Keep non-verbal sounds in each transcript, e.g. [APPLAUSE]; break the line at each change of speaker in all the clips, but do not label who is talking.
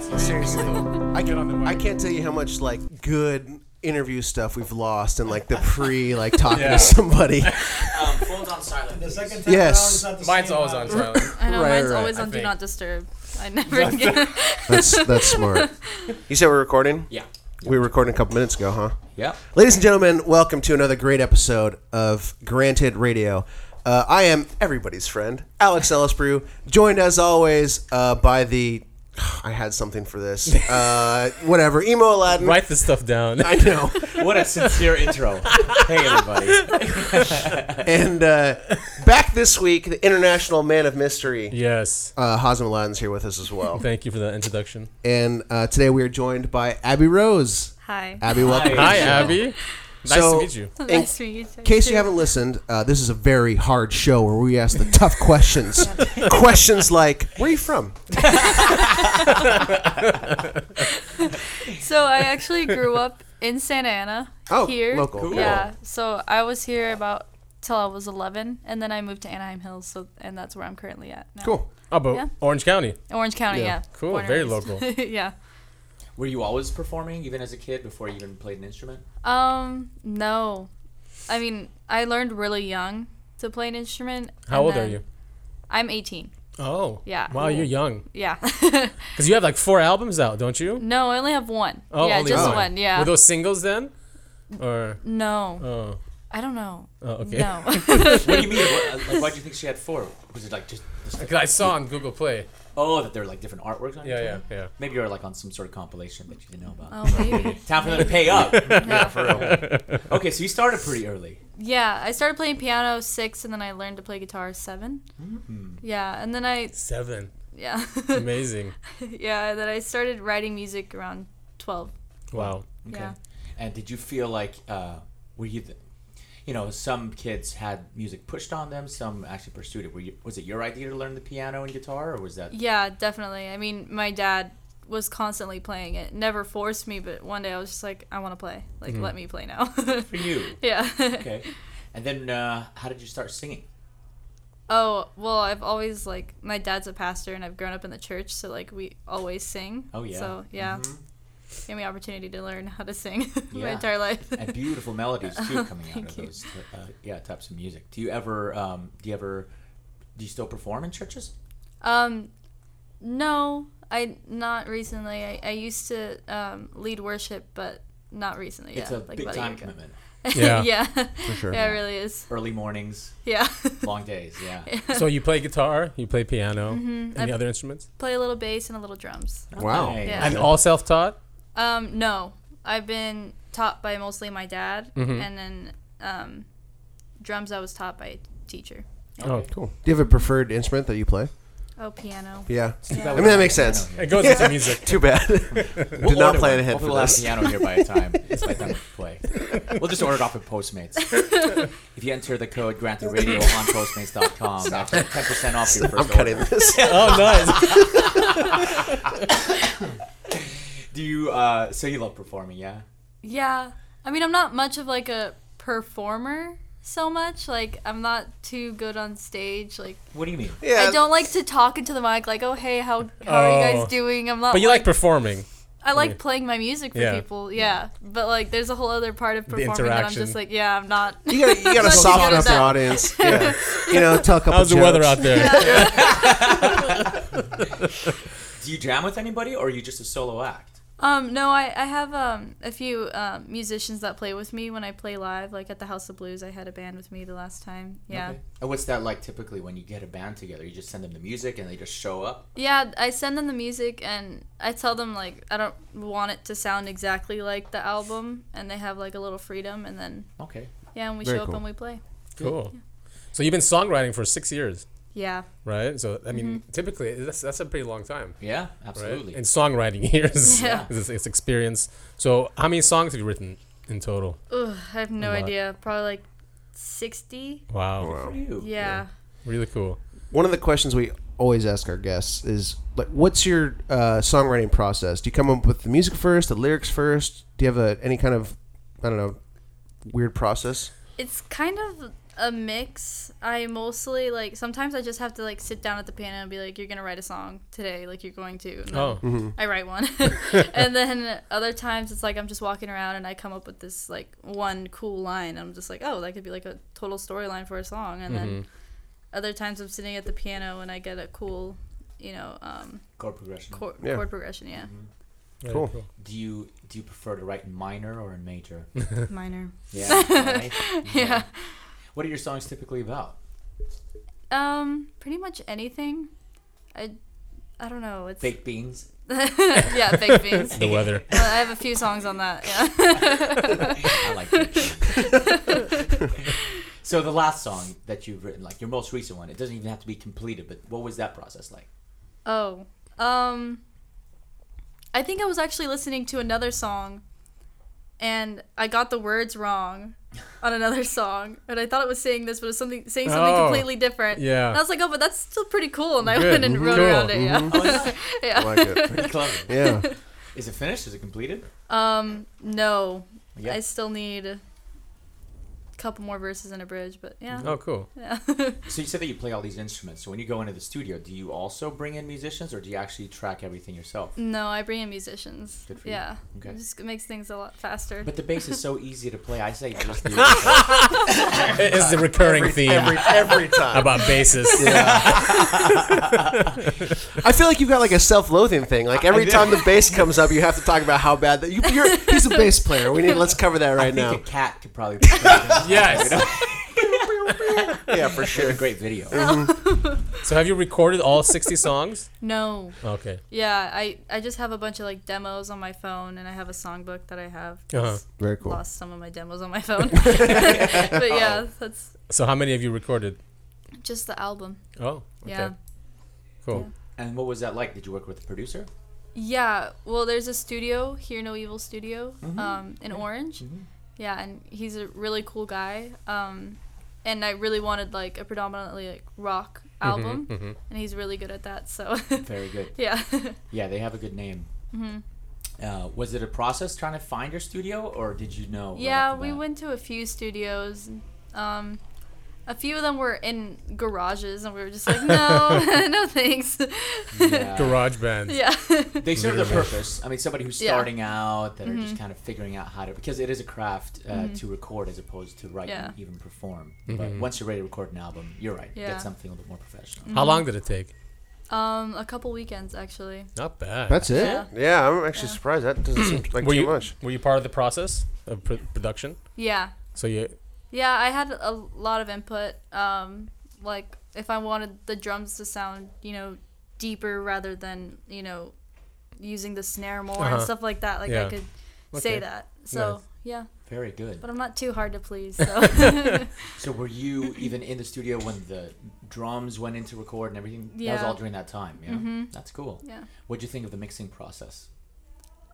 [LAUGHS]
I,
get on the mic.
I can't tell you how much like good interview stuff we've lost and like the pre like
[LAUGHS]
talking
Yeah.
to somebody.
Um, phones on silent.
The
please.
second time
Yes.
around, it's not the
Mine's
same
always on
audio.
silent.
I know
Right,
mine's
right,
always
I
on Do
think.
Not Disturb.
[LAUGHS]
I never get. [LAUGHS]
That's that's smart. You said we're recording.
Yeah.
We were recording a couple minutes ago, huh?
Yeah.
Ladies and gentlemen, welcome to another great episode of Granted Radio. Uh, I am everybody's friend, Alex Ellisbrew, joined as always uh, by the. [SIGHS] I had something
[LAUGHS]
for this. Uh, whatever, emo Aladdin.
Write this stuff down.
I know.
[LAUGHS] What a sincere intro. Hey everybody.
And uh, back this week, the international man of mystery,
yes.
uh, Hazim Aladdin's here with us as well.
Thank you for that introduction.
And uh, today we are joined by Abby Rose.
Hi.
Abby, welcome. to the
Hi,
show.
Abby. Nice
So-
to meet you.
nice to meet you. too.
In case you haven't listened, uh, this is a very hard show where we ask the tough questions. questions like, "Where are you from?"
So I actually grew up in Santa Ana.
Oh,
here.
local. Cool.
Yeah. So I was here about till I was 11, and then I moved to Anaheim Hills. So and that's where I'm currently at. Now.
Cool.
Oh, but
Yeah.
Orange County.
Orange County.
Yeah.
Yeah.
Cool,
Born and
very
raised. [LAUGHS]
local.
yeah.
Were you always performing, even as a kid, before you even played an instrument?
Um. No. I mean, I learned really young to play an instrument.
How
and
old are
then-
you?
I'm 18.
Oh.
Yeah.
Wow, you're young.
Yeah. [LAUGHS]
Because you have like four albums out, don't you?
no, I only have one.
Oh,
yeah,
only
just
one.
one. Yeah.
Were those singles then? Or
no,
oh,
I don't know.
oh okay. [LAUGHS]
No. [LAUGHS]
What do you mean? What, uh, like, why do you think she had four? Was it like just? just like,
Because I saw on Google Play.
oh, that there were like different artworks on
Yeah,
it.
yeah, yeah.
Maybe you were like on some sort of compilation that you didn't know about.
oh, maybe.
Time for them to pay up.
Yeah.
for real. Okay, so you started pretty early.
Yeah, I started playing piano six, and then I learned to play guitar 7
Hmm.
Yeah, and then I
Seven.
[LAUGHS]
yeah [LAUGHS]
Amazing.
yeah then I started writing music around twelve.
Wow.
Yeah.
And did you feel like uh, were you, the, you know, some kids had music pushed on them, some actually pursued it. Were you, was it your idea to learn the piano and guitar, or was that?
Yeah, definitely. I mean, my dad was constantly playing it. Never forced me, but one day I was just like, I want to play. Like, let me play now. [LAUGHS]
For you.
yeah.
Hmm. Okay. And then uh, how did you start singing?
[LAUGHS] Oh, well, I've always like my dad's a pastor and I've grown up in the church, so like we always sing.
Oh, yeah.
So, yeah. Gave me opportunity to learn how to sing [LAUGHS] my
Yeah.
entire life.
And beautiful melodies
[LAUGHS]
too coming out of
Thank you.
those uh, yeah types of music. Do you ever um, do you ever do you still perform in churches?
Um, no, I not recently. I, I used to um, lead worship, but not recently.
it's
yeah,
a
like
big
about a
time
year
[LAUGHS]
ago.
commitment.
Yeah.
yeah.
For sure.
Yeah, it really is.
Early mornings,
Yeah. [LAUGHS]
long days. Yeah.
So you play guitar, you play piano, any
I-
other instruments?
Play a little bass and a little drums.
Wow.
Nice.
Yeah.
And all self-taught?
Um, no, I've been taught by mostly my dad,
Mm-hmm.
and then um, drums I was taught by a teacher.
Oh, cool.
Do you have a preferred instrument that you play?
Oh, piano.
Yeah.
Yeah.
I mean, that makes sense.
It goes into
[LAUGHS]
music.
[LAUGHS] Too bad. Did not plan ahead for
Hopefully we'll have
this.
piano here by the time it's by the time we play. We'll just order it off of Postmates. if you enter the code Granted Radio on Postmates.com, that's ten percent off your
[LAUGHS]
first
I'm cutting
order.
this.
Oh, nice.
Do you? Uh, so you love performing, yeah?
Yeah. I mean, I'm not much of like a performer so much. Like, I'm not too good on stage. Like,
What do you mean?
Yeah.
I don't like to talk into the mic. Like, oh hey, how how are you
Oh.
guys doing? I'm not.
But you like performing.
I like playing my music for
Yeah.
people. Yeah. But like, there's a whole other part of performing that I'm
interaction.
just like, yeah, I'm not.
You gotta,
[LAUGHS]
you gotta
But she
soften
got
up your
that.
audience. Yeah. You know, tell a couple
How's the
jokes.
weather out there?
Do you jam with anybody, or are you just a solo act?
Um, no, I, I have um, a few um, musicians that play with me when I play live. Like at the House of Blues, I had a band with me the last time. Yeah.
Okay. And what's that like typically when you get a band together? You just send them the music and they just show up.
Yeah, I send them the music and I tell them, like, I don't want it to sound exactly like the album. And they have, like, a little freedom. And then,
Okay.
yeah, and we
Very
show
cool.
up and we play.
Cool. So you've been songwriting for six years,
Yeah.
right? So I mean,
Mm-hmm.
typically that's that's a pretty long time,
Yeah,
right?
absolutely.
In songwriting [LAUGHS] years,
Yeah.
it's, it's experience. So how many songs have you written in total?
Ugh, I have no
A lot.
idea. Probably like 60.
Wow,
For you.
Yeah.
really cool.
One of the questions we always ask our guests is like, what's your uh, songwriting process? Do you come up with the music first, the lyrics first? Do you have a, any kind of, I don't know, weird process?
It's kind of a mix. I mostly like sometimes I just have to like sit down at the piano and be like, "You're gonna write a song today, like you're going to." And
Oh,
I write
[LAUGHS]
one, [LAUGHS] and then other times it's like I'm just walking around and I come up with this like one cool line. I'm just like, "Oh, that could be like a total storyline for a song." And then
Mm-hmm.
other times I'm sitting at the piano and I get a cool, you know, um,
Chord progression.
chord,
Yeah.
chord progression. Yeah,
very
Cool.
Do you do you prefer to write in minor or in major?
minor.
Yeah.
[LAUGHS]
right?
Mm-hmm.
Yeah.
What are your songs typically about?
Um, pretty much anything. I, I don't know. It's
Baked beans.
[LAUGHS] yeah, baked beans.
The weather.
Well, I have a few songs on that. Yeah. [LAUGHS]
I like baked beans. [LAUGHS] so the last song that you've written, like your most recent one, it doesn't even have to be completed. But what was that process like?
oh, um, I think I was actually listening to another song, and I got the words wrong on another [LAUGHS] song, and I thought it was saying this, but it was something saying something
Oh,
completely different.
yeah.
And I was like, oh, but that's still pretty cool, and I
Good,
went and
mhm,
wrote
cool,
around
Mm-hmm.
it. Yeah.
Oh, yeah.
[LAUGHS] yeah.
like it.
Pretty clever.
[LAUGHS] Yeah.
Is it finished? Is it completed?
Um, no,
Yeah.
I still need a couple more verses and a bridge, but yeah.
Oh, cool.
Yeah. [LAUGHS]
So you said that you play all these instruments. So when you go into the studio, do you also bring in musicians, or do you actually track everything yourself?
No, I bring in musicians.
Good for you.
yeah.
Okay.
It just makes things a lot faster.
But the bass is so easy to play. I [LAUGHS] say just do it.
It's the recurring theme
every, every time.
about bases.
I feel like you've got like a self-loathing thing. Like every time the bass comes up, you have to talk about how bad that you, you're. He's a bass player. We need. Let's cover that
I
right
think a
now.
cat could probably. [LAUGHS] Play
Yes.
Yeah, for
a
sure.
great video.
So have you recorded all 60 songs?
no.
Okay.
Yeah, I, I just have a bunch of like demos on my phone and I have a songbook that I have.
Uh-huh.
Very cool.
Lost some of my demos on my phone.
[LAUGHS]
[LAUGHS] but yeah,
Oh.
that's
So how many have you recorded?
just the album.
Oh, okay.
Yeah.
Cool.
And what was that like? Did you work with a producer?
Yeah, well, there's a studio, Hear No Evil Studio, um, in Orange. Yeah, and he's a really cool guy. Um, and I really wanted like a predominantly like rock
Mm-hmm.
album, and he's really good at that. So
Very good.
[LAUGHS] yeah,
Yeah, they have a good name.
Mm-hmm.
Uh, was it a process trying to find your studio, or did you know? right
yeah,
off the
we
bat?
went to a few studios. Um, a few of them were in garages, and we were just like, no, [LAUGHS] no thanks.
Yeah.
Garage
[LAUGHS]
band.
yeah, [LAUGHS]
They serve the
Literally.
purpose. I mean, somebody who's
Yeah. Mm-hmm.
starting out that are just kind of figuring out how to because it is a craft uh, to record as opposed to write
Yeah.
and even perform. But once you're ready to record an album, you're right.
Yeah. Mm.
Get something a little bit more professional.
How long
Mm-hmm.
did it take?
um, a couple weekends actually.
Not bad.
That's it.
Yeah.
Yeah, I'm actually surprised. That doesn't seem like
were
too
you,
much.
Were you part of the process of pr- production?
Yeah,
So you
Yeah, I had a lot of input. Um, like if I wanted the drums to sound, you know, deeper rather than you know, using the snare more and
Uh-huh.
stuff like that. Like I
Yeah.
could
Okay.
say that. So
Nice.
yeah,
Very good.
but I'm not too hard to please.
[LAUGHS]
So [LAUGHS]
So were you even in the studio when the drums went into record and everything? That was
Yeah. Mm-hmm.
all during that time. Yeah. That's cool.
yeah.
What'd you think of the mixing process?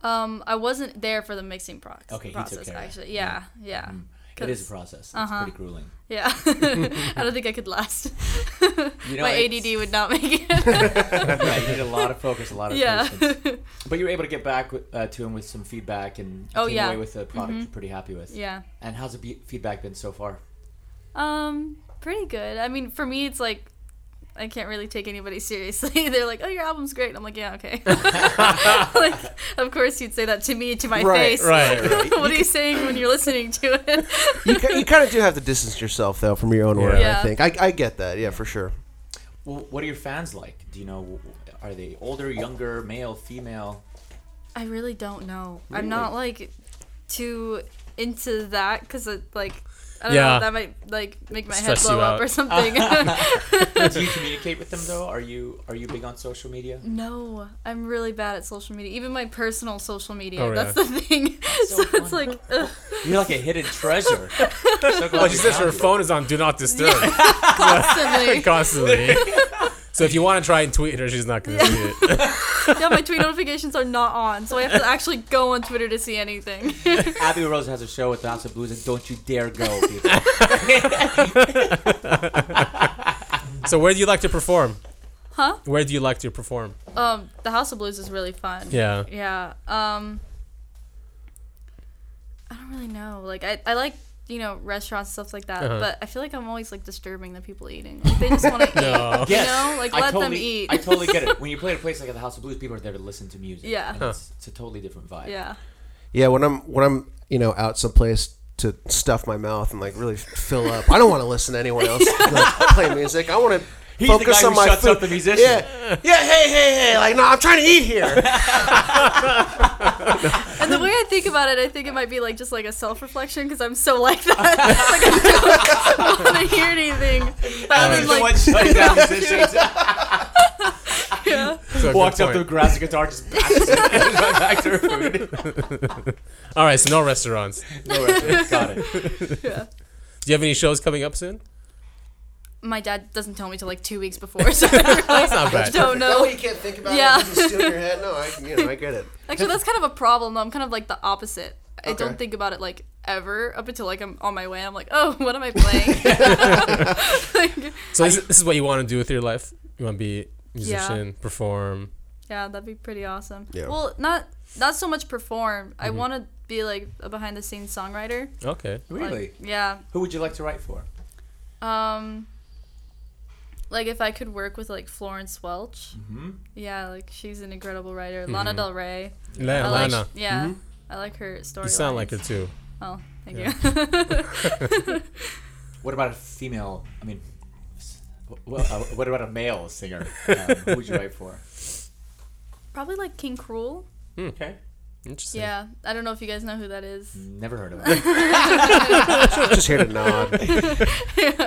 Um, I wasn't there for the mixing proc-
Okay, he took
process
care of Mm. it.
actually. Yeah, yeah,
It is a
'Cause-
process. It's
uh-huh. [LAUGHS]
pretty grueling.
yeah. [LAUGHS] I don't think I could last.
Mm.
[LAUGHS]
You know,
My
it's-
ADD would not make
[LAUGHS]
it.
yeah, you need a lot of focus, a lot of
yeah.
patience. But you were able to get back with- uh, to him with some feedback and
Oh,
came
yeah.
away with a product you're pretty happy
[LAUGHS]
with.
yeah.
And how's the be- feedback been so far?
Um, pretty good. I mean, for me, it's like I can't really take anybody [LAUGHS] seriously. They're like, "Oh, your album's great." I'm like, "Yeah,
[LAUGHS]
okay." [LAUGHS] like, of course, you'd say that to me to my
Right,
face. [LAUGHS]
right, right.
what are you saying when you're listening to it?
You, ki- you kind of do have to distance yourself though from your own work. I
Yeah.
think I, I get that. Yeah, for sure.
Well, what are your fans like? Do you know, are they older, younger, male, female?
[LAUGHS] I really don't know. I'm not like too into that because it like. I don't
Yeah.
know, that might like make my
Stress
head blow
you
up
out.
or something.
[LAUGHS]
[LAUGHS]
Do you communicate with them though? Are you are you big on social media?
no, I'm really bad at social media. Even my personal social media.
Oh,
That's
yeah.
the thing. [LAUGHS]
so
So, it's
funny.
like, ugh.
You're like a hidden
[LAUGHS]
treasure. so glad
Well, she
we
says
found
her
you.
phone is on do not disturb [LAUGHS] Oh
Constantly. [LAUGHS]
constantly. so if you want to try and tweet her, she's not going to see it.
yeah, my tweet notifications are not on, so I have to actually go on Twitter to see
[LAUGHS]
anything.
Abby Rose has a show with the House of Blues, and don't you dare go.
[LAUGHS]
people.
So where do you like to perform?
Huh?
Where do you like to perform?
um, the House of Blues is really fun.
Yeah.
Yeah. Um, I don't really know. Like, I, I like you know, restaurants stuff like that.
Uh-huh.
But I feel like I'm always like disturbing the people eating. Like, they just want to eat.
[LAUGHS] No.
Yes.
know, like,
I
let them
totally,
eat.
I totally get it. When you play at a place like at the House of Blues, people are there to listen to music.
Yeah.
And it's, it's a totally different vibe.
[LAUGHS] Yeah.
Yeah, when I'm when I'm you know out someplace to stuff my mouth and like really f- fill up, I don't want to listen to anyone else like, play music. I want to
the
focus
guy
on
who
my
shuts
food.
up the musician.
Yeah, yeah. Hey, hey, hey! Like, no, I'm trying to
[LAUGHS]
eat here.
And the way I think about it, I think it might be like just like a self reflection because I'm so like that. [LAUGHS] like I don't [LAUGHS] want to hear anything. Other than
Like,
like, [LAUGHS]
shutting down musicians
yeah.
So good
walks up
point.
to grabs the guitar, [LAUGHS] just bashes it back
[LAUGHS]
to her food.
All right, so no restaurants.
No worries. Got it.
Do you have any shows coming up soon?
My dad doesn't tell me till like two weeks before, so [LAUGHS] I
[LAUGHS] That's not bad.
don't
No,
know.
you can't think about
Yeah.
it. It's just still in your head. No, I, you know, I get it. [LAUGHS]
Actually, that's kind of a problem. though. I'm kind of like the opposite. I
Okay.
don't think about it like ever up until like I'm on my way. I'm like, oh, what am I
[LAUGHS]
playing? [LAUGHS] Like,
So this, this is what you want to do with your life. You want to be a musician, perform.
yeah, that'd be pretty awesome.
Yeah.
Well, not not so much perform. I
Mm-hmm.
want to be like a behind the scenes songwriter.
Okay.
Like,
Really?
yeah.
Who would you like to write for?
Um, like if I could work with like Florence Welch.
Mm-hmm.
Yeah, like she's an incredible writer. Lana Del Rey.
Lana.
I like,
Lana.
Yeah, I like her story.
You sound like her too.
Oh, thank
Yeah. [LAUGHS]
you.
What about a female? I mean, s- wh- well, uh, what about a male singer? Um, who would you write for?
[LAUGHS] Probably like King Cruel.
Okay.
Interesting.
Yeah, I don't know if you guys know who that [LAUGHS] is.
Never heard of him.
[LAUGHS]
Just here to nod.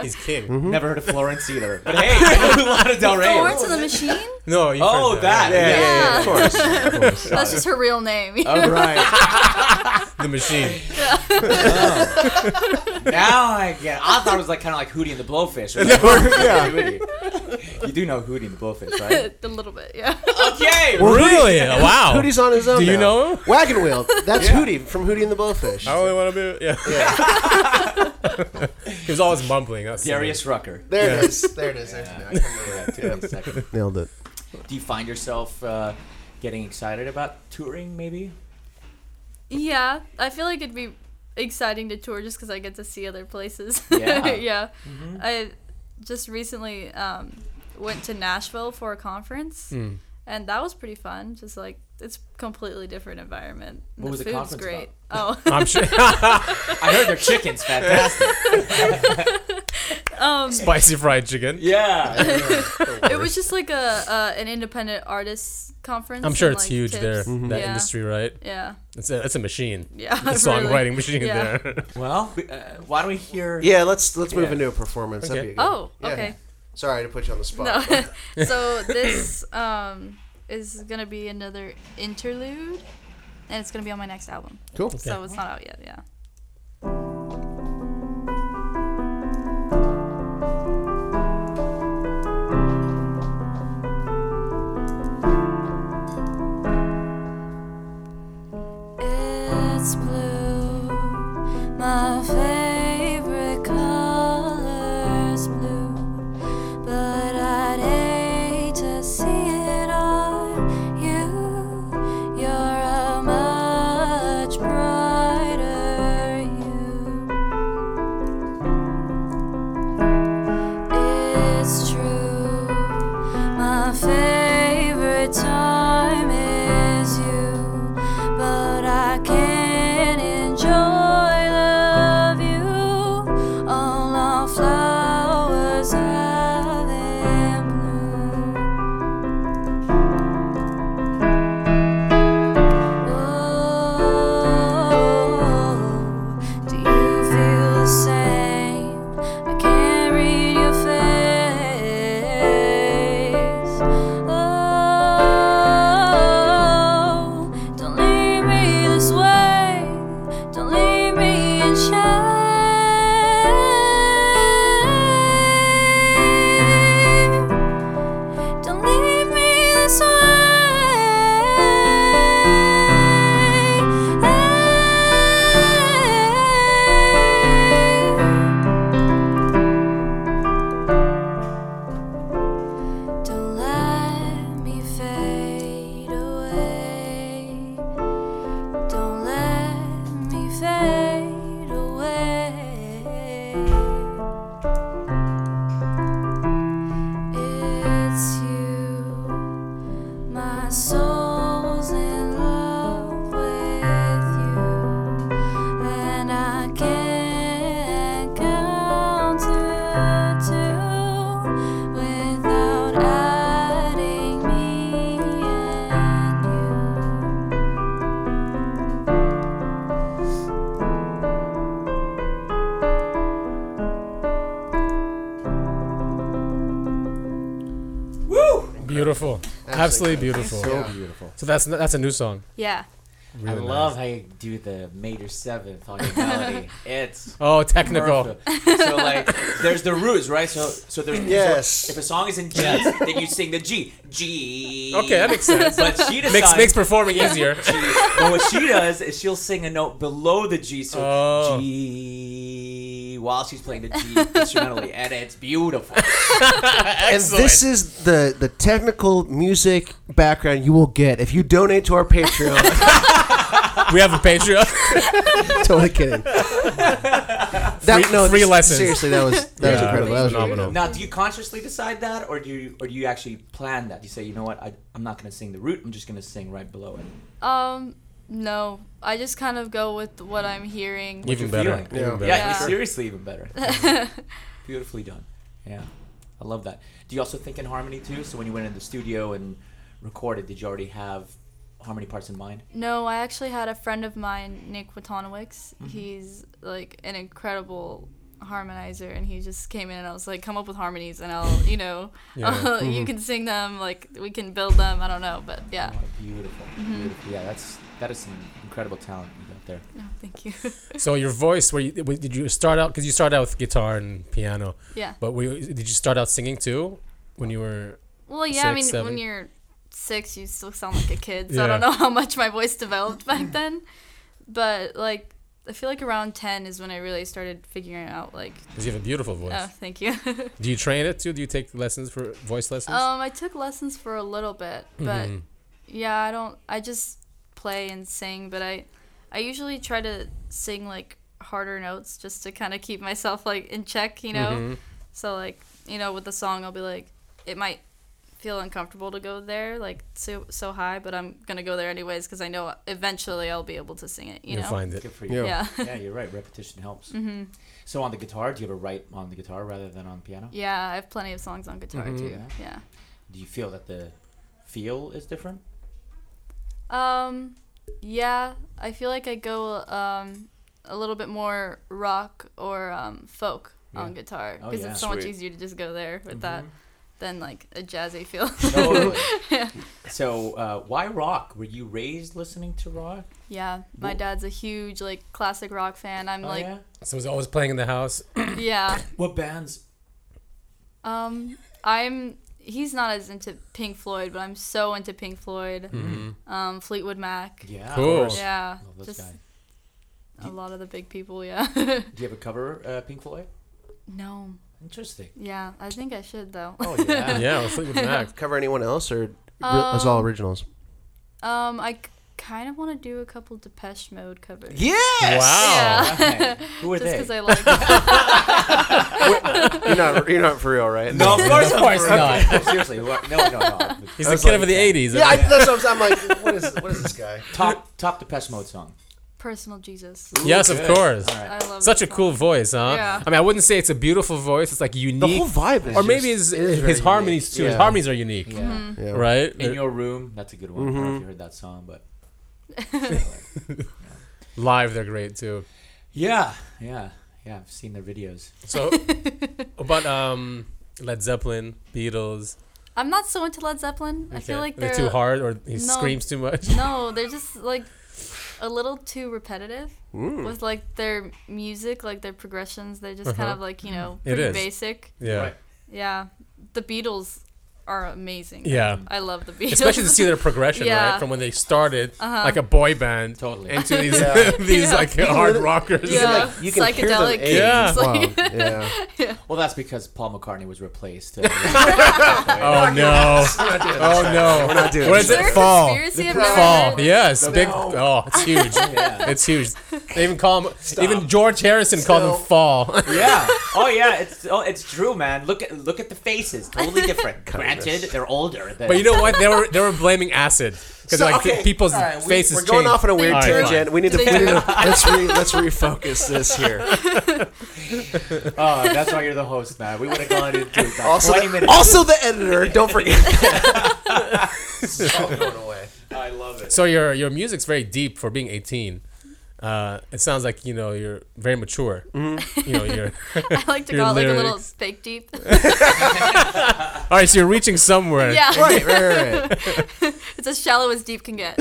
He's king.
Never heard of Florence either. But hey, I know Lana Del Rey.
Florence and the Machine.
[LAUGHS] No, you
Oh, that.
Yeah, yeah,
Yeah.
yeah, of course. [LAUGHS] Of course.
That's just her real name. [LAUGHS]
Oh.
All Oh, right.
the machine.
Now I get. It. I thought it was like kind of like Hootie and the Blowfish. Or
[LAUGHS] yeah.
Hootie. You do know Hootie and the Blowfish, right?
a little bit, yeah.
[LAUGHS]
[LAUGHS]
Okay.
Really? wow.
Hootie's on his own.
Oh. Do you
now.
know him? Oh.
Wagon Wheel? That's
Yeah.
Hootie from Hootie and the Blowfish.
I only want to be. Yeah. [LAUGHS] he was always mumbling. That's
Darius Rucker.
There it
Yeah.
is. There it is. There's
Yeah.
I can remember
Yeah,
that.
it took me a second.
Nailed it.
Do you find yourself uh, getting excited about touring? Maybe.
Yeah, I feel like it'd be exciting to tour just because I get to see other places. [LAUGHS]
Yeah.
Yeah.
Mm-hmm.
I just recently um, went to Nashville for a conference,
Hmm.
and that was pretty fun. Just like it's completely different environment.
What was the conference
great.
amazing. [LAUGHS] I'm sure. ah,
I heard their chicken's fantastic.
Oh, [LAUGHS] um,
Spicy fried chicken.
[LAUGHS] Yeah.
it was just like a uh, an independent artists conference.
I'm sure
and,
it's
like,
huge there.
tips.
That
Yeah.
industry, right?
Yeah. [LAUGHS]
It's a, it's a machine.
Yeah.
The songwriting
really.
machine
Yeah.
there. [LAUGHS]
Well, we- uh, why don't we hear?
Yeah, let's let's move
Yeah.
into a performance. That'd
Okay.
be good.
Oh,
Yeah.
okay.
Sorry to put you on the
No.
spot.
[LAUGHS] so this um, is gonna be another interlude, and it's gonna be on my next album.
Cool.
So it's not out yet. Yeah. It's blue, my favorite color's blue. But I'd hate to see it on you. You're a much brighter you. It's true, my favorite time is you, but I can't enjoy love you. All our flowers have in bloom. Oh, Do you feel the same? I can't read your face. Oh, don't leave me this way.
beautiful, absolutely beautiful.
So
So,
Yeah.
beautiful.
that's that's a new song.
Yeah.
I
Really
love how you do the major seventh on your melody. It's
Oh, technical.
perfect. So like, there's the roots, right? So so there's so
Yes.
if a song is in G, then you sing the G G.
Okay, that
[LAUGHS]
makes sense.
But she
[LAUGHS]
decides.
makes makes performing easier.
but what she does is she'll sing a note below the G, so
Oh.
G while she's playing the G instrumentally, and it's beautiful.
And this is the the technical music background you will get if you donate to our Patreon. [LAUGHS]
we have a Patreon.
totally kidding. That,
Free- free
this-
lessons.
Seriously, that was that was
Yeah,
incredible. That was really
phenomenal.
good.
Now, do you consciously decide that, or do you, or do you actually plan that? Do you say, you know what, I, I'm not going to sing the root. I'm just going to sing right below it.
Um. No, I just kind of go with what I'm hearing. [LAUGHS]
even
you're
better.
feeling.
Even better.
Yeah,
Yeah.
seriously, even
[LAUGHS]
better. Beautifully done. Yeah, I love that. Do you also think in harmony too? So when you went in the studio and recorded, did you already have harmony parts in mind?
No, I actually had a friend of mine, Nick Watonowicz.
Mm-hmm.
He's like an incredible harmonizer, and he just came in and I was like, "Come up with harmonies, and I'll, you know,
[LAUGHS] Yeah. Mm-hmm.
I'll- [LAUGHS] you can sing them. Like we can build them. I don't know, but yeah. Mm-hmm.
Oh, beautiful, beautiful. Yeah, that's that is some incredible talent you got there.
No, thank you. [LAUGHS]
[LAUGHS] So your voice, where you, did you start out? Because you started out with guitar and piano,
yeah.
but were you, did you start out singing too when you were?
Well, yeah. I
Six,
mean,
seven?
when you're six, you still sound like a kid. So I
Yeah.
don't
Mm-hmm.
know [LAUGHS] how much my voice developed back then, but like. I feel like around 10 is when I really started figuring out, like,
Because you have a beautiful voice.
oh, thank you. [LAUGHS]
Do you train it too? Do you take lessons for voice lessons? Mm-hmm.
Um, I took lessons for a little bit, but yeah, I don't. I just play and sing, but I, I usually try to sing like harder notes just to kind of keep myself like in check,
Mm-hmm.
you know. So like, you know, with the song, I'll be like, it might feel uncomfortable to go there like so so high, but I'm gonna go there anyways because I know eventually I'll be able to sing it, you
You'll
know.
find it.
Good for
Yeah.
you.
Yeah.
[LAUGHS] Yeah, you're right. Repetition helps. Mm-hmm. So on the guitar, do you ever write on the guitar rather than on piano?
[LAUGHS] Yeah, I have plenty of songs on guitar
Mm-hmm.
too. Yeah.
Do you feel that the feel is
[LAUGHS]
different?
Um, yeah, I feel like I go um a little bit more rock or um folk on guitar
Oh,
because
yeah. Mm-hmm.
it's so much
Sweet.
easier to just go there with that than like a jazzy feel. [LAUGHS]
Totally. So uh, why rock? Were you raised listening to rock?
yeah, my dad's a huge like classic rock fan. I'm
Oh,
like,
yeah?
So it's always playing in the
[LAUGHS]
house.
yeah.
What bands?
Um, I'm. He's not as into Pink Floyd, but I'm so into Pink Floyd, um, Fleetwood Mac. Yeah,
Mm-hmm. Yeah. of
Cool.
course. Love this
just
guy.
a lot of the big people.
[LAUGHS]
Yeah.
Do you ever cover uh, Pink Floyd?
no. [LAUGHS]
Interesting.
Yeah, I think I should though.
Oh yeah.
Yeah, with Fleetwood Mac.
Cover anyone else or re- it's all originals?
Um, I kind of want to do a couple Depeche Mode covers.
Yes.
[LAUGHS]
Wow.
[LAUGHS] Yeah.
Okay. Who are
Just because
they?
I like it.
[LAUGHS]
You're not you're not for real, right?
[LAUGHS] no, of course,
Of course
not. Seriously, what- no, no, no.
[LAUGHS] He's the kid
like-
of the '80s.
Yeah, I, that's what I'm, I'm like. What is what is this guy?
Top, top Depeche Mode song.
Personal Jesus.
yes, of
Good.
course.
All right.
I love
Such a
that
cool
song.
voice, huh?
Yeah.
I mean, I wouldn't say it's a beautiful voice. It's like unique.
The whole vibe is.
or maybe
just-
his
it is very
his
unique.
harmonies too. His
Yeah.
harmonies are unique,
Yeah.
mm-hmm.
Yeah.
right?
In
They're
Your Room. That's a good one. I don't know
Mm-hmm.
if you heard that song, but
live, they're great too.
yeah, yeah, yeah. I've seen their videos.
[LAUGHS]
So, but um, Led Zeppelin, Beatles.
I'm not so into Led Zeppelin. I feel
okay.
like
Are they
they're
too hard, or he
no.
screams too
[LAUGHS]
much.
No, they're just like a little too repetitive
Hmm.
Mm.
with like their music, like their progressions. They're just kind
Uh-huh.
of like you know
It
pretty
is.
basic.
Yeah,
Right.
Yeah, the Beatles are amazing.
yeah.
[LAUGHS] I love the Beatles.
Especially to see their progression,
Yeah. Uh-huh.
right, from when they started like a boy band
Totally.
into these
Yeah.
[LAUGHS] these
Yeah.
like hard rockers.
yeah,
like, you can hear them
psychedelic.
age.
Yeah.
Wow.
like-
[LAUGHS] Yeah.
Well, that's because Paul McCartney was
[LAUGHS]
replaced. Uh,
[LAUGHS] Oh no! [LAUGHS] oh no!
We're not doing
Where
this.
[LAUGHS] Is
is
there
it?
a
[LAUGHS] Fall.
conspiracy of
Fall.
Marilyn?
Yes. Big. Oh, it's
[LAUGHS]
huge.
yeah.
It's huge. They even call him. Even George Harrison called him
[LAUGHS]
Fall.
yeah. Oh yeah. It's oh, it's true, man. Look at look at the faces. Totally
[LAUGHS]
different. Granted, they're older. Than,
But you know what? They were they were blaming acid because
So,
like
okay,
people's
all right, we-
faces.
We're going
changed.
off on a weird
All right, fine.
tangent. We need
[LAUGHS]
to,
Do
we
they-
need to let's re, let's refocus this here.
Oh, that's why you're the host, man. We would have gone into it.
[LAUGHS] Also,
twenty
the,
minutes.
also the editor. Don't forget. it's all going away.
I love it.
So your your music's very deep for being 18. Uh, it sounds like you know you're very mature.
Mm-hmm.
You know you're.
[LAUGHS] I like to
Your
call it like a little
lyrics.
fake deep.
All right, so you're reaching somewhere.
yeah,
[LAUGHS] Right, [LAUGHS] right, right.
[LAUGHS] it's as shallow as deep can get.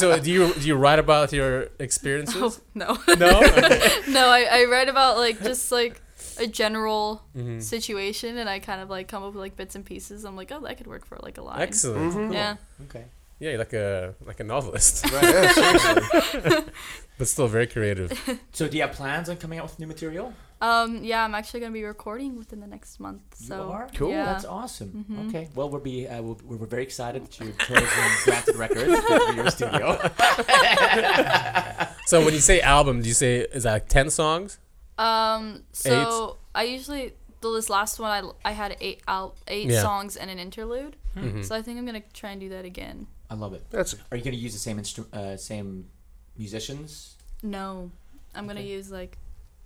So do you do you write about your experiences?
oh, [LAUGHS] no,
No.
[LAUGHS]
Okay.
no, I, I write about like just like a general situation, and I kind of like come up with like bits and pieces. I'm like, oh, that could work for like a line.
Excellent.
Mhm.
Yeah,
Okay.
Yeah, you're like a like a novelist, [LAUGHS]
Yeah, seriously.
but still very creative.
So do you have plans on coming out with new material?
um, yeah, I'm actually gonna be recording within the next month. So
you are
Cool. yeah. Mm-hmm.
That's awesome. Okay. Well, we'll be uh, we'll, we're very excited that you've chosen Granted Records for your
[LAUGHS]
studio.
So when you say album, do you say is that like ten songs?
Um. So I usually the this last one I, I had eight al- eight
Yeah.
songs and an interlude. So I think I'm gonna try and do that again.
I love it.
That's
Are you going to use the same instru- uh, same musicians?
No, I'm gonna
Okay.
use like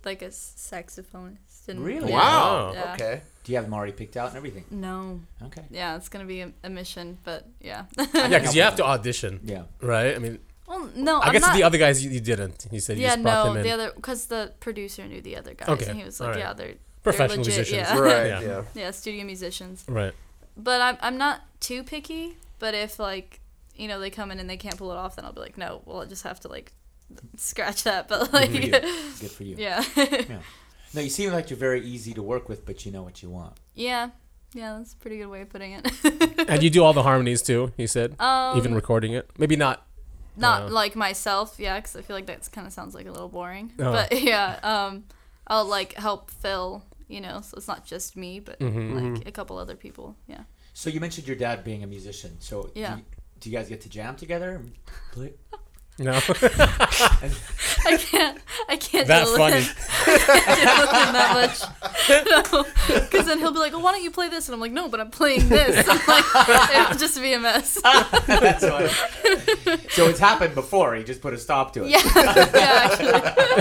like a s- saxophonist. And
Really?
Yeah.
wow.
Yeah.
Okay.
Do you have them already picked out and everything?
No.
Okay.
Yeah, it's gonna be a, a mission, but
[LAUGHS]
yeah.
Yeah, because you have to audition,
Yeah.
right? I mean,
well, no,
I
I'm
guess
not.
the other guys you, you didn't. You said you
yeah,
just
no,
brought them in.
the other because the producer knew the other guys,
Okay,
and he was
all
like,
right.
yeah, they're
Professional
legit,
musicians.
yeah.
[LAUGHS] Right.
Yeah.
Yeah.
yeah, studio musicians.
Right.
But I'm I'm not too picky. But if like you know they come in and they can't pull it off, then I'll be like, no, well I just have to like scratch that.
[LAUGHS]
But like,
Good for you. Good for you.
[LAUGHS] yeah, [LAUGHS]
No, you seem like you're very easy to work with, but you know what you want.
yeah, yeah. That's a pretty good way of putting it.
And you do all the harmonies too. You said
[LAUGHS] Um,
even recording it. Maybe not.
not
Uh,
like myself, yeah, because I feel like that's kind of sounds like a little boring.
Oh.
But [LAUGHS] yeah, um, I'll like help fill, you know, so it's not just me, but
Mm-hmm,
like a couple other people. Yeah, [LAUGHS]
So you mentioned your dad being a musician. So do
Yeah.
you- do you guys get to jam together? Play-
[LAUGHS]
No.
I can't, I can't
That
deal with
funny.
him. [LAUGHS] deal with him that much. Because then he'll be like, well, "Why don't you play this?" And I'm like, "No, but I'm playing this." [LAUGHS] I'm like, it would just be a
[LAUGHS]
mess.
That's why. [LAUGHS] so it's happened before. He just put a stop to it.
Yeah, yeah,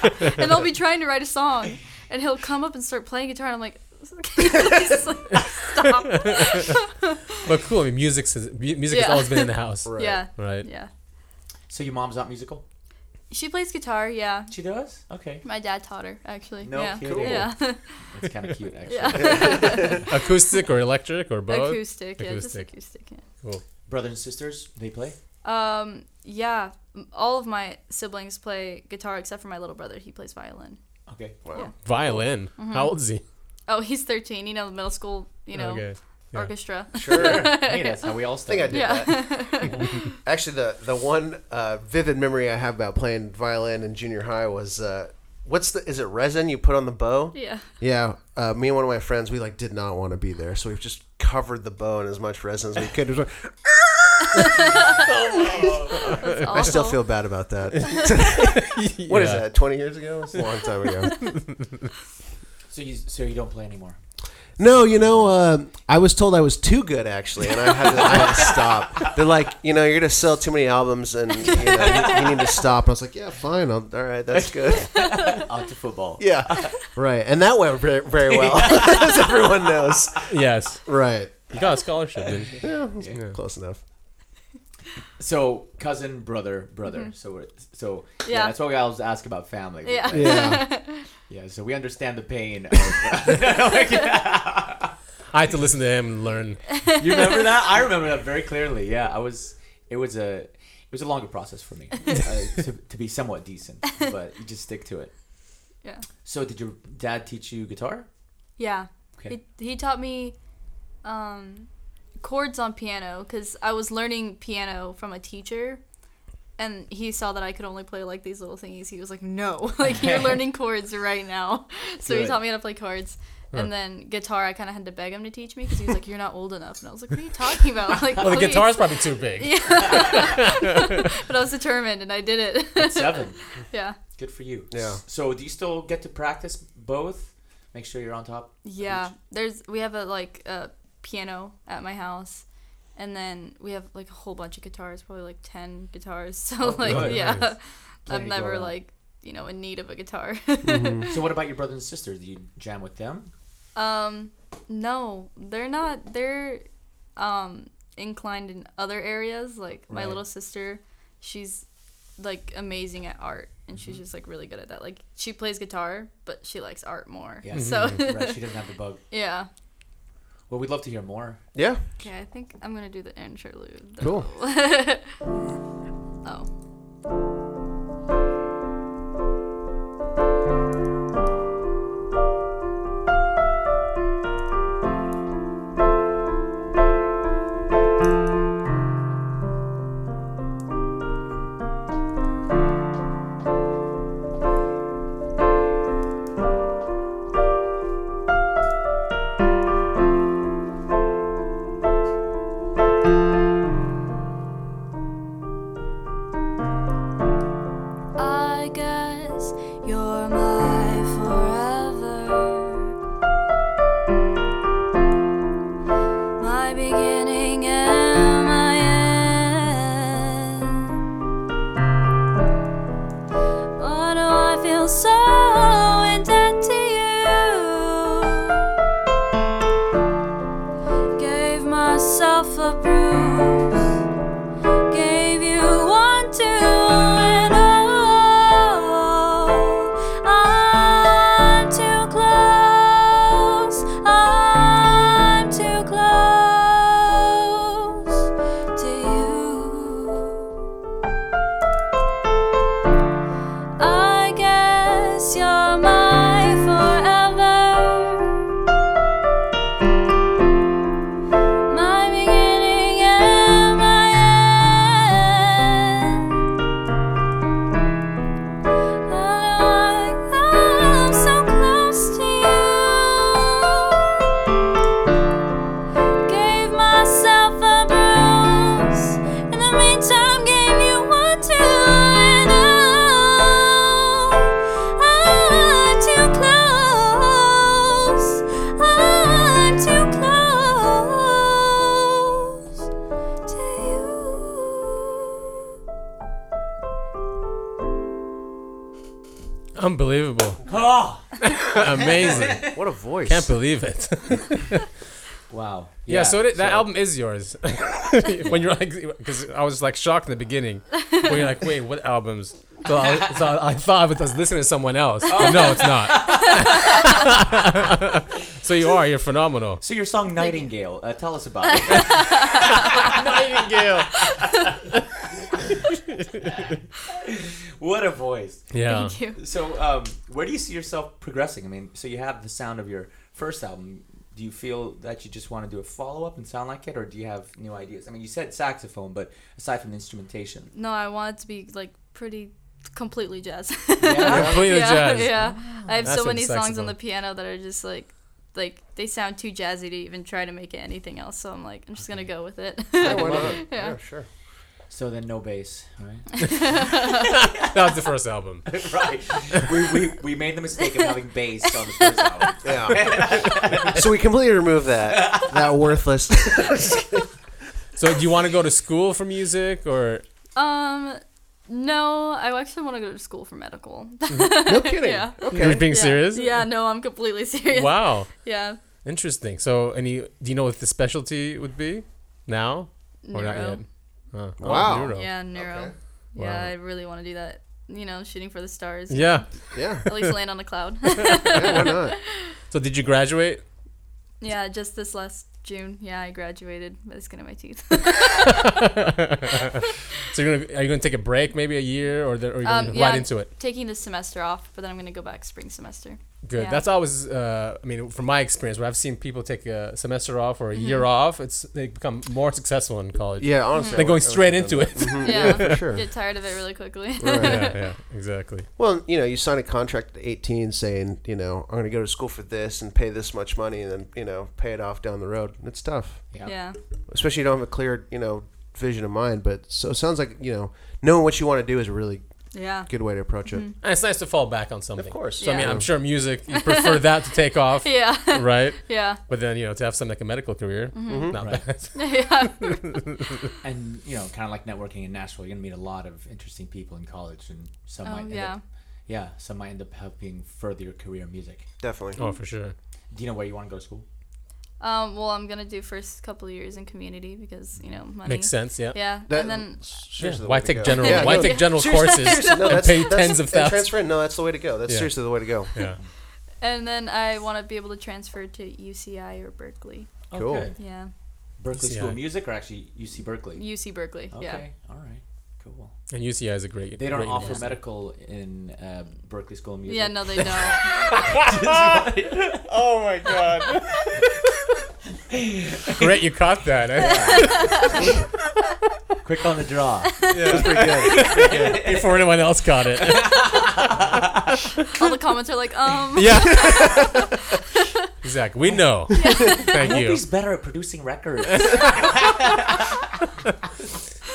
actually. [LAUGHS] and they'll be trying to write a song, and he'll come up and start playing guitar, and I'm like, [LAUGHS] "Can you please, like, stop."
[LAUGHS] but cool. I mean, music's mu- music has
Yeah.
always been in the
[LAUGHS]
house,
Right.
Yeah,
right?
yeah.
So your mom's not musical?
She plays guitar. Yeah,
She does? Okay.
my dad taught her actually.
No
yeah. [LAUGHS]
kidding.
Yeah,
That's kind
[LAUGHS]
of cute, actually.
yeah.
Acoustic or electric or both.
[LAUGHS] acoustic, yeah, just
Acoustic.
acoustic. Yeah.
Brothers and sisters, they play?
Um, yeah. m- All of my siblings play guitar except for my little brother. He plays violin. [LAUGHS]
Okay.
Wow.
Violin. How old is he?
Oh, he's 13. You know, the middle school. Mm-hmm. You know,
Okay. yeah.
orchestra.
Sure.
Hey, that's how we all
I think I
start.
did
Yeah.
that. Actually, the the one uh, vivid memory I have about playing violin in junior high was uh, what's the is it resin you put on the bow?
[LAUGHS] yeah.
Yeah, uh, me and one of my friends, we like did not want to be there, so we just covered the bow in as much resin as we could. It was like-
That's
I still
awful.
feel bad about [LAUGHS] that.
What
What
is
is that? Twenty years ago? It's a long time ago.
So you, so you don't play
[LAUGHS]
anymore?
[LAUGHS] no, you know, uh, I was told I was too good actually, and I had to, I had to stop. They're like, you know, you're gonna sell too many albums, and you, know, you, you need to stop. And I was like, yeah, fine, I'll, all right, that's good.
Out to football.
[LAUGHS] Yeah. Right. And that went very, very [LAUGHS] well, as everyone knows.
Yes.
Right.
You got a scholarship. Dude.
[LAUGHS]
Yeah, it was Close enough.
So cousin, brother, brother. So we're, so yeah.
Mm-hmm. Yeah.
that's what we always ask about family.
Yeah.
Yeah.
Yeah, so we understand
[LAUGHS]
the pain. Of,
I had to listen to him and learn.
You remember that? I remember that very clearly. Yeah, I was. It was a. It was a longer process for me uh, to, to be somewhat decent, but you just stick to it.
Yeah.
So, did your dad teach you guitar?
Yeah.
Okay.
He, he taught me um, chords on piano because I was learning piano from a teacher. And he saw that I could only play like these little thingies. He was like, "No, [LAUGHS] like you're learning chords right now." [LAUGHS] So he
Good.
taught me how to play chords, and then guitar. I kind of had to beg him to teach me because he was like, "You're not old enough." And I was like, "What are you talking about?" [LAUGHS] Like,
Well, the
please."
guitar's probably
[LAUGHS]
too big.
But I was determined, and I did it.
Seven.
[LAUGHS] yeah,
Good for you.
Yeah.
So, do you still get to practice both? Make sure you're on top.
yeah. There's we have a like a piano at my house, and then we have like a whole bunch of guitars, probably like ten guitars. [LAUGHS] So
Oh,
like,
really?
yeah, [LAUGHS]
Nice.
Plenty
I'm never
going on.
like you know in need of a guitar. [LAUGHS]
Mm-hmm.
So, what about your brothers and sisters? Do you jam with them?
um, no, they're not. They're um inclined in other areas. Like my
Right.
little sister, she's like amazing at art, and she's
Mm-hmm.
just like really good at that. Like she plays guitar, but she likes art more.
Yeah.
[LAUGHS]
Mm-hmm.
So
right, she doesn't have the bug.
yeah.
Well, we'd love to hear more.
Yeah.
Okay, I think I'm gonna do the interlude.
Cool.
[LAUGHS] oh. I guess you're my forever. My beginning and my end. Why do I feel so in debt to you? Gave myself a bruise gave you one, two, and oh, I'm too close, I'm too close to you. I guess you're my forever. My beginning and my end. Oh, I'm so close to you. Gave myself a bruise. In the meantime, gave you one too. And I'm too close. I'm too close to you.
Unbelievable. Ah!
Oh,
[LAUGHS]
Amazing.
[LAUGHS] What a voice.
Can't believe it. Yeah,
wow.
so it, that album is yours. [LAUGHS] when you're like, because I was like shocked in the beginning. When you're like, wait, what albums? So I, so I thought I was listening to someone else. But no, it's not. [LAUGHS] so you are. You're phenomenal.
So your song Nightingale, uh, tell us about it. [LAUGHS]
Nightingale.
what a voice.
Yeah.
Thank you.
So um, where do you see yourself progressing? I mean, so you have the sound of your first album. Do you feel that you just want to do a follow up and sound like it, or do you have new ideas? I mean, you said saxophone, but aside from the instrumentation,
No, I want it to be like pretty completely
[LAUGHS]
jazz.
Yeah.
Completely
yeah,
jazz. Ah,
yeah. I have
That's
so
what
many
the
songs on
saxophone-
the piano that are just like, like they sound too jazzy to even try to make it anything else. So I'm like, I'm just gonna go with it.
Yeah, why not?
[LAUGHS] Yeah.
yeah, sure.
so then no bass, right?
[LAUGHS]
That was the first album.
[LAUGHS] right. We, we, we made the mistake of having bass on the first album.
Yeah. so we completely removed that. That worthless.
So do you want to go to school for music or?
um, no, I actually want to go to school for medical. [LAUGHS]
no kidding.
Yeah.
You're
Okay.
Mm-hmm. being
Yeah.
serious?
Yeah, [LAUGHS] no, I'm completely serious.
Wow.
Yeah,
Interesting. So, any do you know what the specialty would be now or Oh, not
Neuro.
yet? Huh. Oh,
Wow.
neuro.
yeah, neuro.
Okay.
Yeah,
Wow.
I really want to do that. You know, shooting for the stars.
Yeah.
[LAUGHS] Yeah.
At least land on a
[LAUGHS]
cloud. [LAUGHS]
yeah. Why not?
So, did you graduate?
yeah, just this last June. Yeah, I graduated by the skin of my teeth. [LAUGHS]
So you're gonna are you gonna take a break, maybe a year, or, the, or you're
Um,
gonna
yeah,
right
I'm
into it?
Taking this semester off, but then I'm gonna go back spring semester.
Good.
yeah.
That's always. Uh, I mean, from my experience, where I've seen people take a semester off or a year
Mm-hmm.
off, it's they become more successful in college.
Yeah. Honestly, Mm-hmm.
They're going straight into it.
Yeah.
for sure.
Get tired of it really quickly.
Right.
[LAUGHS] yeah,
[LAUGHS]
yeah, exactly.
Well, you know, you sign a contract at 18 saying, you know, I'm going to go to school for this and pay this much money and then, you know, pay it off down the road. It's tough.
yeah.
Especially you don't have a clear, you know, vision of mind. But so it sounds like, you know, knowing what you want to do is a really
Yeah.
good way to approach it.
And it's nice to fall back on something.
Of course.
So I mean,
Mm-hmm. Yeah.
I'm sure music you prefer that to take
[LAUGHS]
off,
Yeah. Mm-hmm.
right?
Yeah. [LAUGHS]
But then you know to have something like a medical career, not
Right.
bad.
Yeah. [LAUGHS]
And, you know, kind of like networking in Nashville, you're going to meet a lot of interesting people in college, and some
Oh,
might end
yeah.
up, yeah, some might end up helping further your career in music.
Definitely.
Oh, for sure.
Do you know where you want to go to school?
Um, well, I'm gonna do first couple of years in community because you know money.
Makes sense. Yeah.
Yeah,
That-
and then
Seriously, the
Why
way to
take
go.
general?
Yeah,
why
no,
take general
seriously-
courses
seriously, no,
and
that's-
pay
that's-
tens of
and
thousands?
Transfer in, no, that's the way to go. That's
Yeah.
seriously the way to go.
Yeah.
and then I want to be able to transfer to UCI or Berkeley.
Cool.
Okay.
Yeah,
Berkeley
UCI.
School of Music or actually UC Berkeley?
UC Berkeley.
Okay.
Yeah,
All right. Cool.
And UCI is a great.
They don't
great
offer
university.
medical in uh, Berkeley School of Music.
yeah.
[LAUGHS]
No, they don't.
Oh my god. [LAUGHS] Great, you caught that. eh?
[LAUGHS] Quick on the
[LAUGHS]
draw.
That's pretty good.
Before anyone else caught it. [LAUGHS]
All the comments are like, um,
yeah. Zach, we know. Thank
I hope
you.
he's better at producing
[LAUGHS]
records.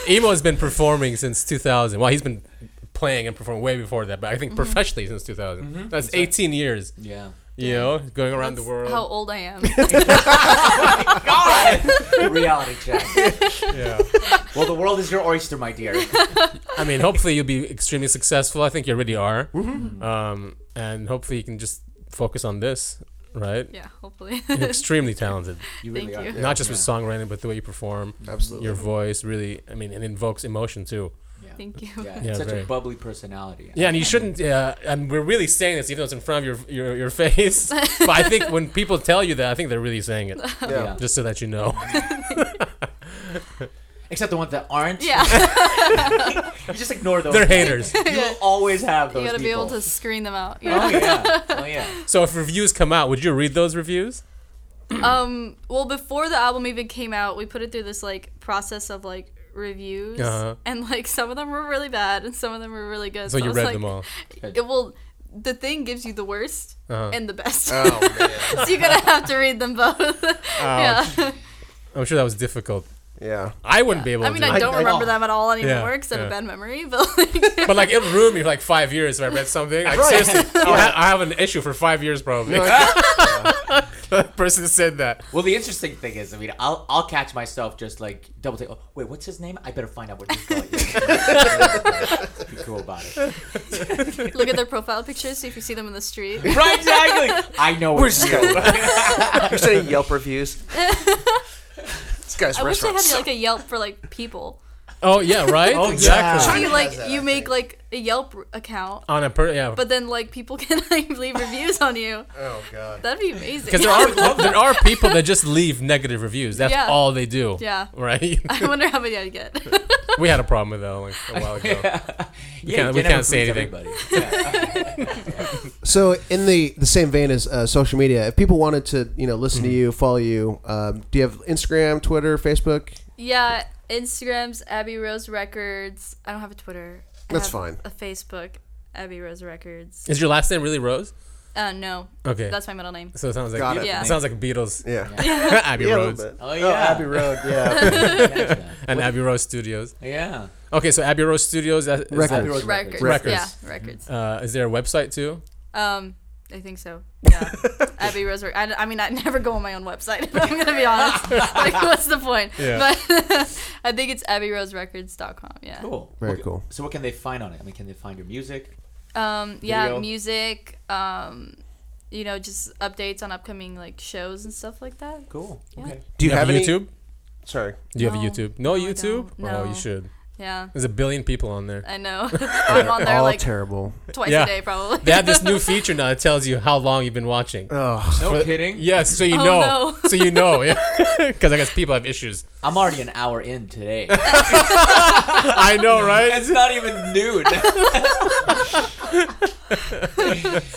Emo has been performing since 2000. Well, he's been playing and performing way before that, but I think professionally since 2000. That's 18 years.
yeah.
You know, going around
that's
the world.
How old I
[LAUGHS]
am.
Reality
[LAUGHS]
check.
yeah.
Well, the world is your oyster, my dear.
I mean, hopefully you'll be extremely successful. I think you already are. Um, and hopefully you can just focus on this,
[COUGHS]
right?
yeah, hopefully. [LAUGHS]
You're extremely talented,
You
Thank [LAUGHS]
really are.
you.
not just with
Yeah.
songwriting, but the way you perform,
Absolutely.
your voice really. I mean, it invokes emotion too.
Yeah.
Thank you.
Yeah,
Yeah,
it's such
very.
a bubbly personality.
Yeah, and you shouldn't. Uh, and we're really saying this, even though it's in front of your your, your face. but I think when people tell you that, I think they're really saying it,
Yeah.
Yeah.
just so that
[LAUGHS]
you know.
Except the ones that aren't.
[LAUGHS] Yeah,
You just ignore those.
they're haters.
You will always have
you
those
gotta be
people.
able to screen them out.
Oh
Yeah.
yeah.
[LAUGHS]
Oh yeah.
So if reviews come out, would you read those reviews?
um. Well, before the album even came out, we put it through this like process of like reviews,
Uh-huh.
and like some of them were really bad, and some of them were really good.
So
I
you
was
read
like,
them all.
It will. The thing gives you the worst
Uh-huh.
and the best, [LAUGHS]
Oh man.
so you're gonna have to read them both. [LAUGHS] yeah.
I'm sure that was difficult.
[LAUGHS] Yeah.
I wouldn't be able
I
to.
mean,
do
I
it.
don't
I- I-
remember them at all anymore
Yeah,
because I have a
yeah.
bad memory. [LAUGHS] But like,
But like it ruined me for like five years if I read something. Like,
[LAUGHS]
Seriously, I'll ha- I have an issue for five years probably. that [LAUGHS] person said that.
Well, the interesting thing is, I mean, I'll I'll catch myself just like double take. Oh, wait, what's his name? I better find out what he's called. [LAUGHS] Be cool about it.
look at their profile pictures, see if you see them in the street.
Right, exactly. I know.
We're
it's
just
you.
You're saying Yelp reviews. this guy's
I wish they
restaurant.
had like a Yelp for like people. [LAUGHS]
Oh yeah, right. oh
Exactly.
So you
has
like
that, I
you make
think.
like a Yelp r- account,
On a per yeah.
but then like people [LAUGHS] can like leave reviews on you.
oh god.
That'd be
[LAUGHS]
amazing.
because there are there are people that just leave negative reviews. That's
Yeah.
all they do.
[LAUGHS] Yeah.
Right. [LAUGHS]
I wonder how many I'd get. [LAUGHS]
we had a problem with that like a while ago.
Yeah,
can't-
you
we
never
can't say
please
anything.
everybody. Yeah.
So in the the same vein as uh, social media, if people wanted to, you know, listen to you, follow you, um, do you have Instagram, Twitter, Facebook?
yeah, Instagram's Abby Rose Records. I don't have a Twitter. I
That's
have
fine.
A Facebook, Abby Rose Records.
Is your last name really Rose?
Uh, no,
Okay.
that's my middle name.
so it sounds like
Got it.
Yeah.
it sounds like Beatles.
Yeah.
[LAUGHS] Abbey
Yeah, a
Rose
little bit.
Oh yeah.
Abbey Road. [LAUGHS] Yeah.
and Abbey Rose Studios.
Yeah.
Okay, so Abbey Rose Studios. that- Is, that-
Records.
Road
Records.
Records.
Yeah, records.
uh, is there a website too?
Um, I think
[LAUGHS]
so. Yeah, Abby Rose. Records. I, I [LAUGHS] mean, I never go on my own website. If I'm gonna be
[LAUGHS]
honest. like, what's the point?
Yeah.
But [LAUGHS] I think it's abbyroserecords.com. Yeah.
Cool.
Very
Okay,
cool.
So what can they find on it? I mean, can they find your music?
Um, yeah,
Video.
music. Um, you know, just updates on upcoming like shows and stuff like that.
Cool. Okay.
Do you have,
a
any?
YouTube?
Sorry.
Do you have a
No.
YouTube? No,
No, I
YouTube?
don't. No.
Oh, you should.
Yeah,
There's a billion people on there.
I
[LAUGHS]
know. [LAUGHS] I'm on there
All
like
terrible.
twice
Yeah.
a day probably.
They have this
[LAUGHS]
new feature now that tells you how long you've been watching.
Oh.
No kidding.
Yes, so you
Oh,
know.
no.
So you know, [LAUGHS] yeah. Because I guess people
[LAUGHS]
have issues.
I'm already an hour in today.
I know, right?
it's not even noon.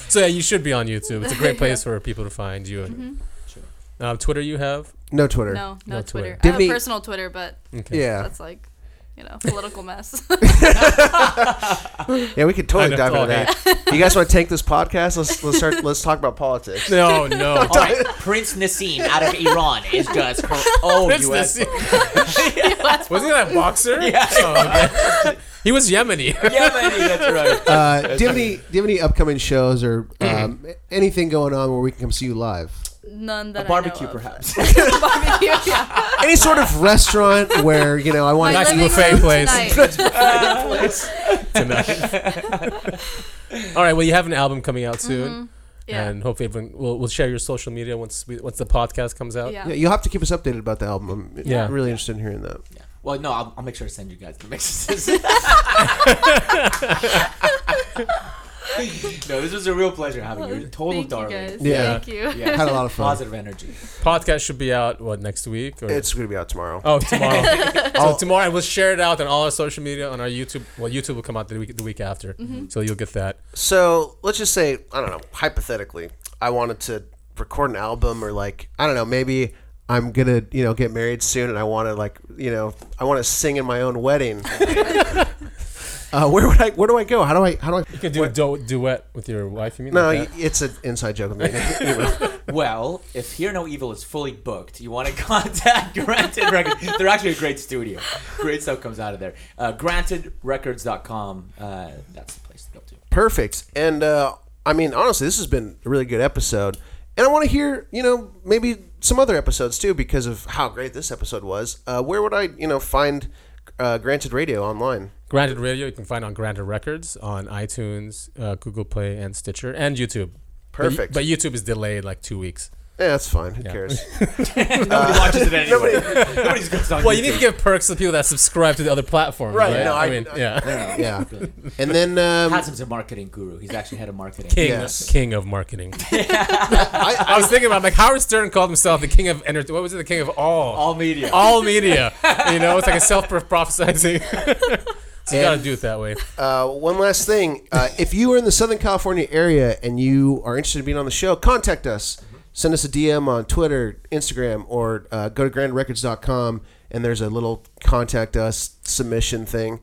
So yeah, you should be on YouTube. It's
[LAUGHS]
a great place for people to find you. And,
Mm-hmm.
Sure.
uh, Twitter, you have?
No Twitter.
No, no,
No Twitter.
Twitter. I
Did
have a
we-
personal Twitter, but
Okay.
Yeah.
that's like, you
[LAUGHS]
know, political mess.
Yeah, we could totally
I
dive
know,
into that. you guys want to take this podcast? Let's let's start. Let's talk about politics.
No,
[LAUGHS]
no.
All right, Prince Nassim out of Iran is just oh, for all
That's the
U.S.
se- [LAUGHS] Wasn't that a boxer?
[LAUGHS] Yeah.
Oh, okay. [LAUGHS] He was Yemeni. [LAUGHS]
Yeah, maybe that's right.
Uh, do you have any Do you have any upcoming shows or
[CLEARS THROAT]
um, anything going on where we can come see you live?
[LAUGHS] None that I know
Barbecue,
of.
perhaps.
[LAUGHS] barbecue.
[LAUGHS]
Yeah.
Any sort of restaurant where you know I want
Nice
My living
buffet
room
place.
tonight.
[LAUGHS]
All right, well, you have an album coming out soon.
Mm-hmm. [LAUGHS] Yeah.
[LAUGHS] And hopefully, everyone, we'll, we'll share your social media once we, once the podcast comes out.
Yeah.
Yeah, you'll have to keep us updated about the album. I'm
Yeah.
really interested in hearing that.
Yeah. Well, no, I'll, I'll make sure to send you guys the mixes. [LAUGHS] no, this was a real pleasure having you. You're Total
Thank
darling.
You guys.
Yeah.
Thank you.
Yeah.
Had a lot of fun.
Positive energy.
Podcast should be out what next week? Or?
[LAUGHS] It's gonna be out tomorrow.
oh
[LAUGHS]
tomorrow. so
I'll-
tomorrow I will share it out on all our social media on our YouTube. Well, YouTube will come out the week the week after,
Mm-hmm.
so you'll get that.
So let's just say, I don't know, hypothetically, I wanted to record an album or like, I don't know, maybe I'm gonna, you know, get married soon and I wanna like, you know, I wanna sing in my own [LAUGHS] wedding. uh, where would I, where do I go? How do I, how do I?
You can do a du- duet with your wife. You mean?
No,
like
y
that?
it's an inside joke. I'm making. Anyway.
Well, if Hear No Evil is fully booked, you want to [LAUGHS] contact Granted Records. They're actually a great studio. Great stuff comes out of there. Uh, GrantedRecords.com. Uh, that's the place to go to.
[LAUGHS] Perfect. And uh, I mean, honestly, this has been a really good episode. And I want to hear, you know, maybe some other episodes too, because of how great this episode was. Uh, where would I, you know, find uh, Granted Radio online?
Granted Radio you can find on Granted Records on iTunes, uh, Google Play, and Stitcher, and YouTube. But y-
Perfect.
But, YouTube is delayed like two [LAUGHS] weeks.
Yeah, that's fine. Who cares?
Nobody watches it anyway. Nobody's good on
Uh, Well, you need to give perks to people that subscribe to the other platforms,
Right,
right?
no, I-
mean,
[LAUGHS] I-
yeah.
yeah. And then um,
Hassam's a marketing guru. He's actually head of marketing.
King,
Yes.
king of
[LAUGHS]
marketing. [LAUGHS]
I,
I was thinking about like Howard Stern called himself the king of entertainment. What was it? The king of all,
All media.
all media. you know, it's [LAUGHS] like a self-prophesizing. so you gotta do it that way.
uh, one last thing. Uh, if you are in the Southern California area and you are interested in being on the show, contact us. Send us a DM on Twitter, Instagram, or uh, go to grandrecords.com and there's a little contact us submission thing.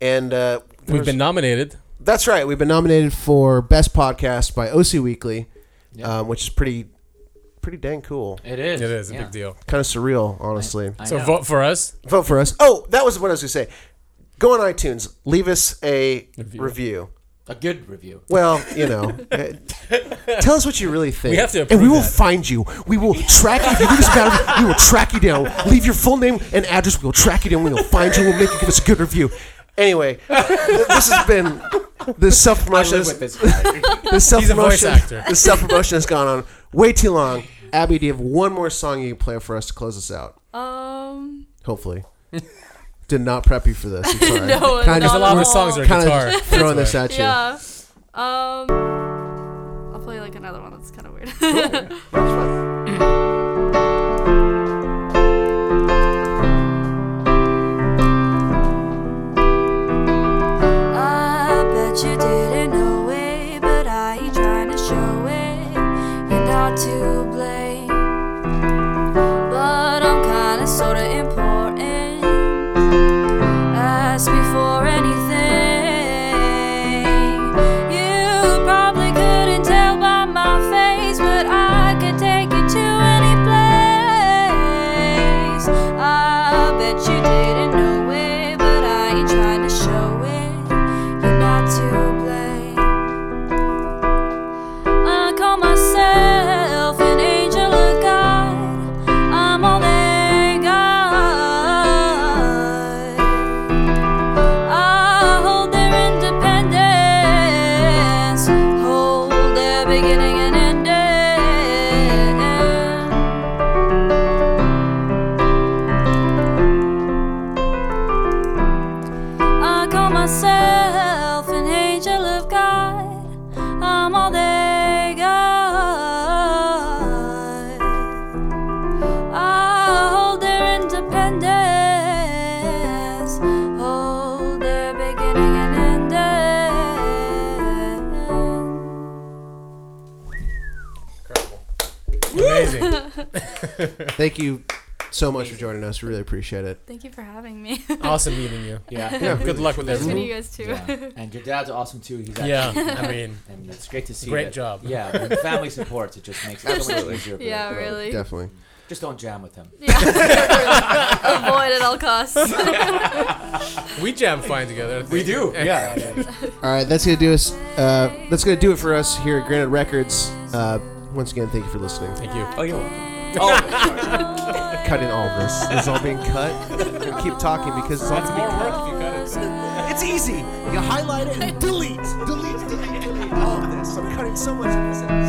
And uh,
We've been nominated.
that's right. We've been nominated for Best Podcast by OC Weekly,
Yeah.
um, which is pretty pretty dang cool.
It is.
It is a
yeah.
big deal.
Kind of surreal, honestly.
I
So
know.
vote for us.
vote for us. Oh, that was what I was going to say. Go on iTunes, leave us a review.
Review.
A good review.
Well, you know, eh, tell us what you really think.
We have to
and we
approve
will
that.
find you. We will track you. If you leave us a bad review, we will track you down. Leave your full name and address. We will track you down. We will find you. We'll make you give us a good review. Anyway, th- this has been this self
I
promotion.
live with
[LAUGHS]
this guy.
This self
He's a voice
promotion.
actor.
This self promotion has gone on way too long. Abby, do you have one more song you can play for us to close us out?
Um.
Hopefully. Did not prep you for this.
[LAUGHS]
I'm sorry.
No,
Kinda
not
just
There's a lot
Oh.
of songs are
Kinda
guitar.
throwing this at you.
Yeah. Um. I'll play like another one that's kind of weird. [LAUGHS] I bet you didn't know it, but I ain't trying to show it. You're not to blame. But I'm kinda sorta important. Ask me for anything. You probably couldn't tell by my face, but I could take you to any place. I bet you didn't know it, but I ain't trying to show it. You're not to blame. I call myself an angel of God. I'm all they got. I hold their independence, hold their beginning and ending. I call myself an angel of God. I'm all they got. I hold their independence, hold their beginning and ending.
Amazing.
Thank you so much for joining us. We really appreciate it.
Thank you for having me. [LAUGHS]
awesome meeting you.
Yeah.
Yeah.
Good luck with
Nice meeting
everything.
you guys too. [LAUGHS]
Yeah. And your dad's awesome too. He's actually,
Yeah, [LAUGHS] I mean,
And it's great to see.
Great
that-
job.
Yeah. When family supports, it just makes it so much
Absolutely.
easier. for
Yeah,
them.
really.
Definitely.
Just don't jam with him.
Yeah. Avoid at all costs.
we jam fine together. I
We
think.
do. Yeah.
All right, that's gonna do us. Uh, that's gonna do it for us here at Granite Records. Uh, once again, thank you for listening.
Thank you.
Oh, you're welcome. Oh,
Cutting all this. This is all being cut. We're gonna keep talking because it's all to be cut.
if you got it.
It's easy. You highlight it and delete, delete, delete, delete all of this. I'm cutting so much of this out.
Oh, Oh,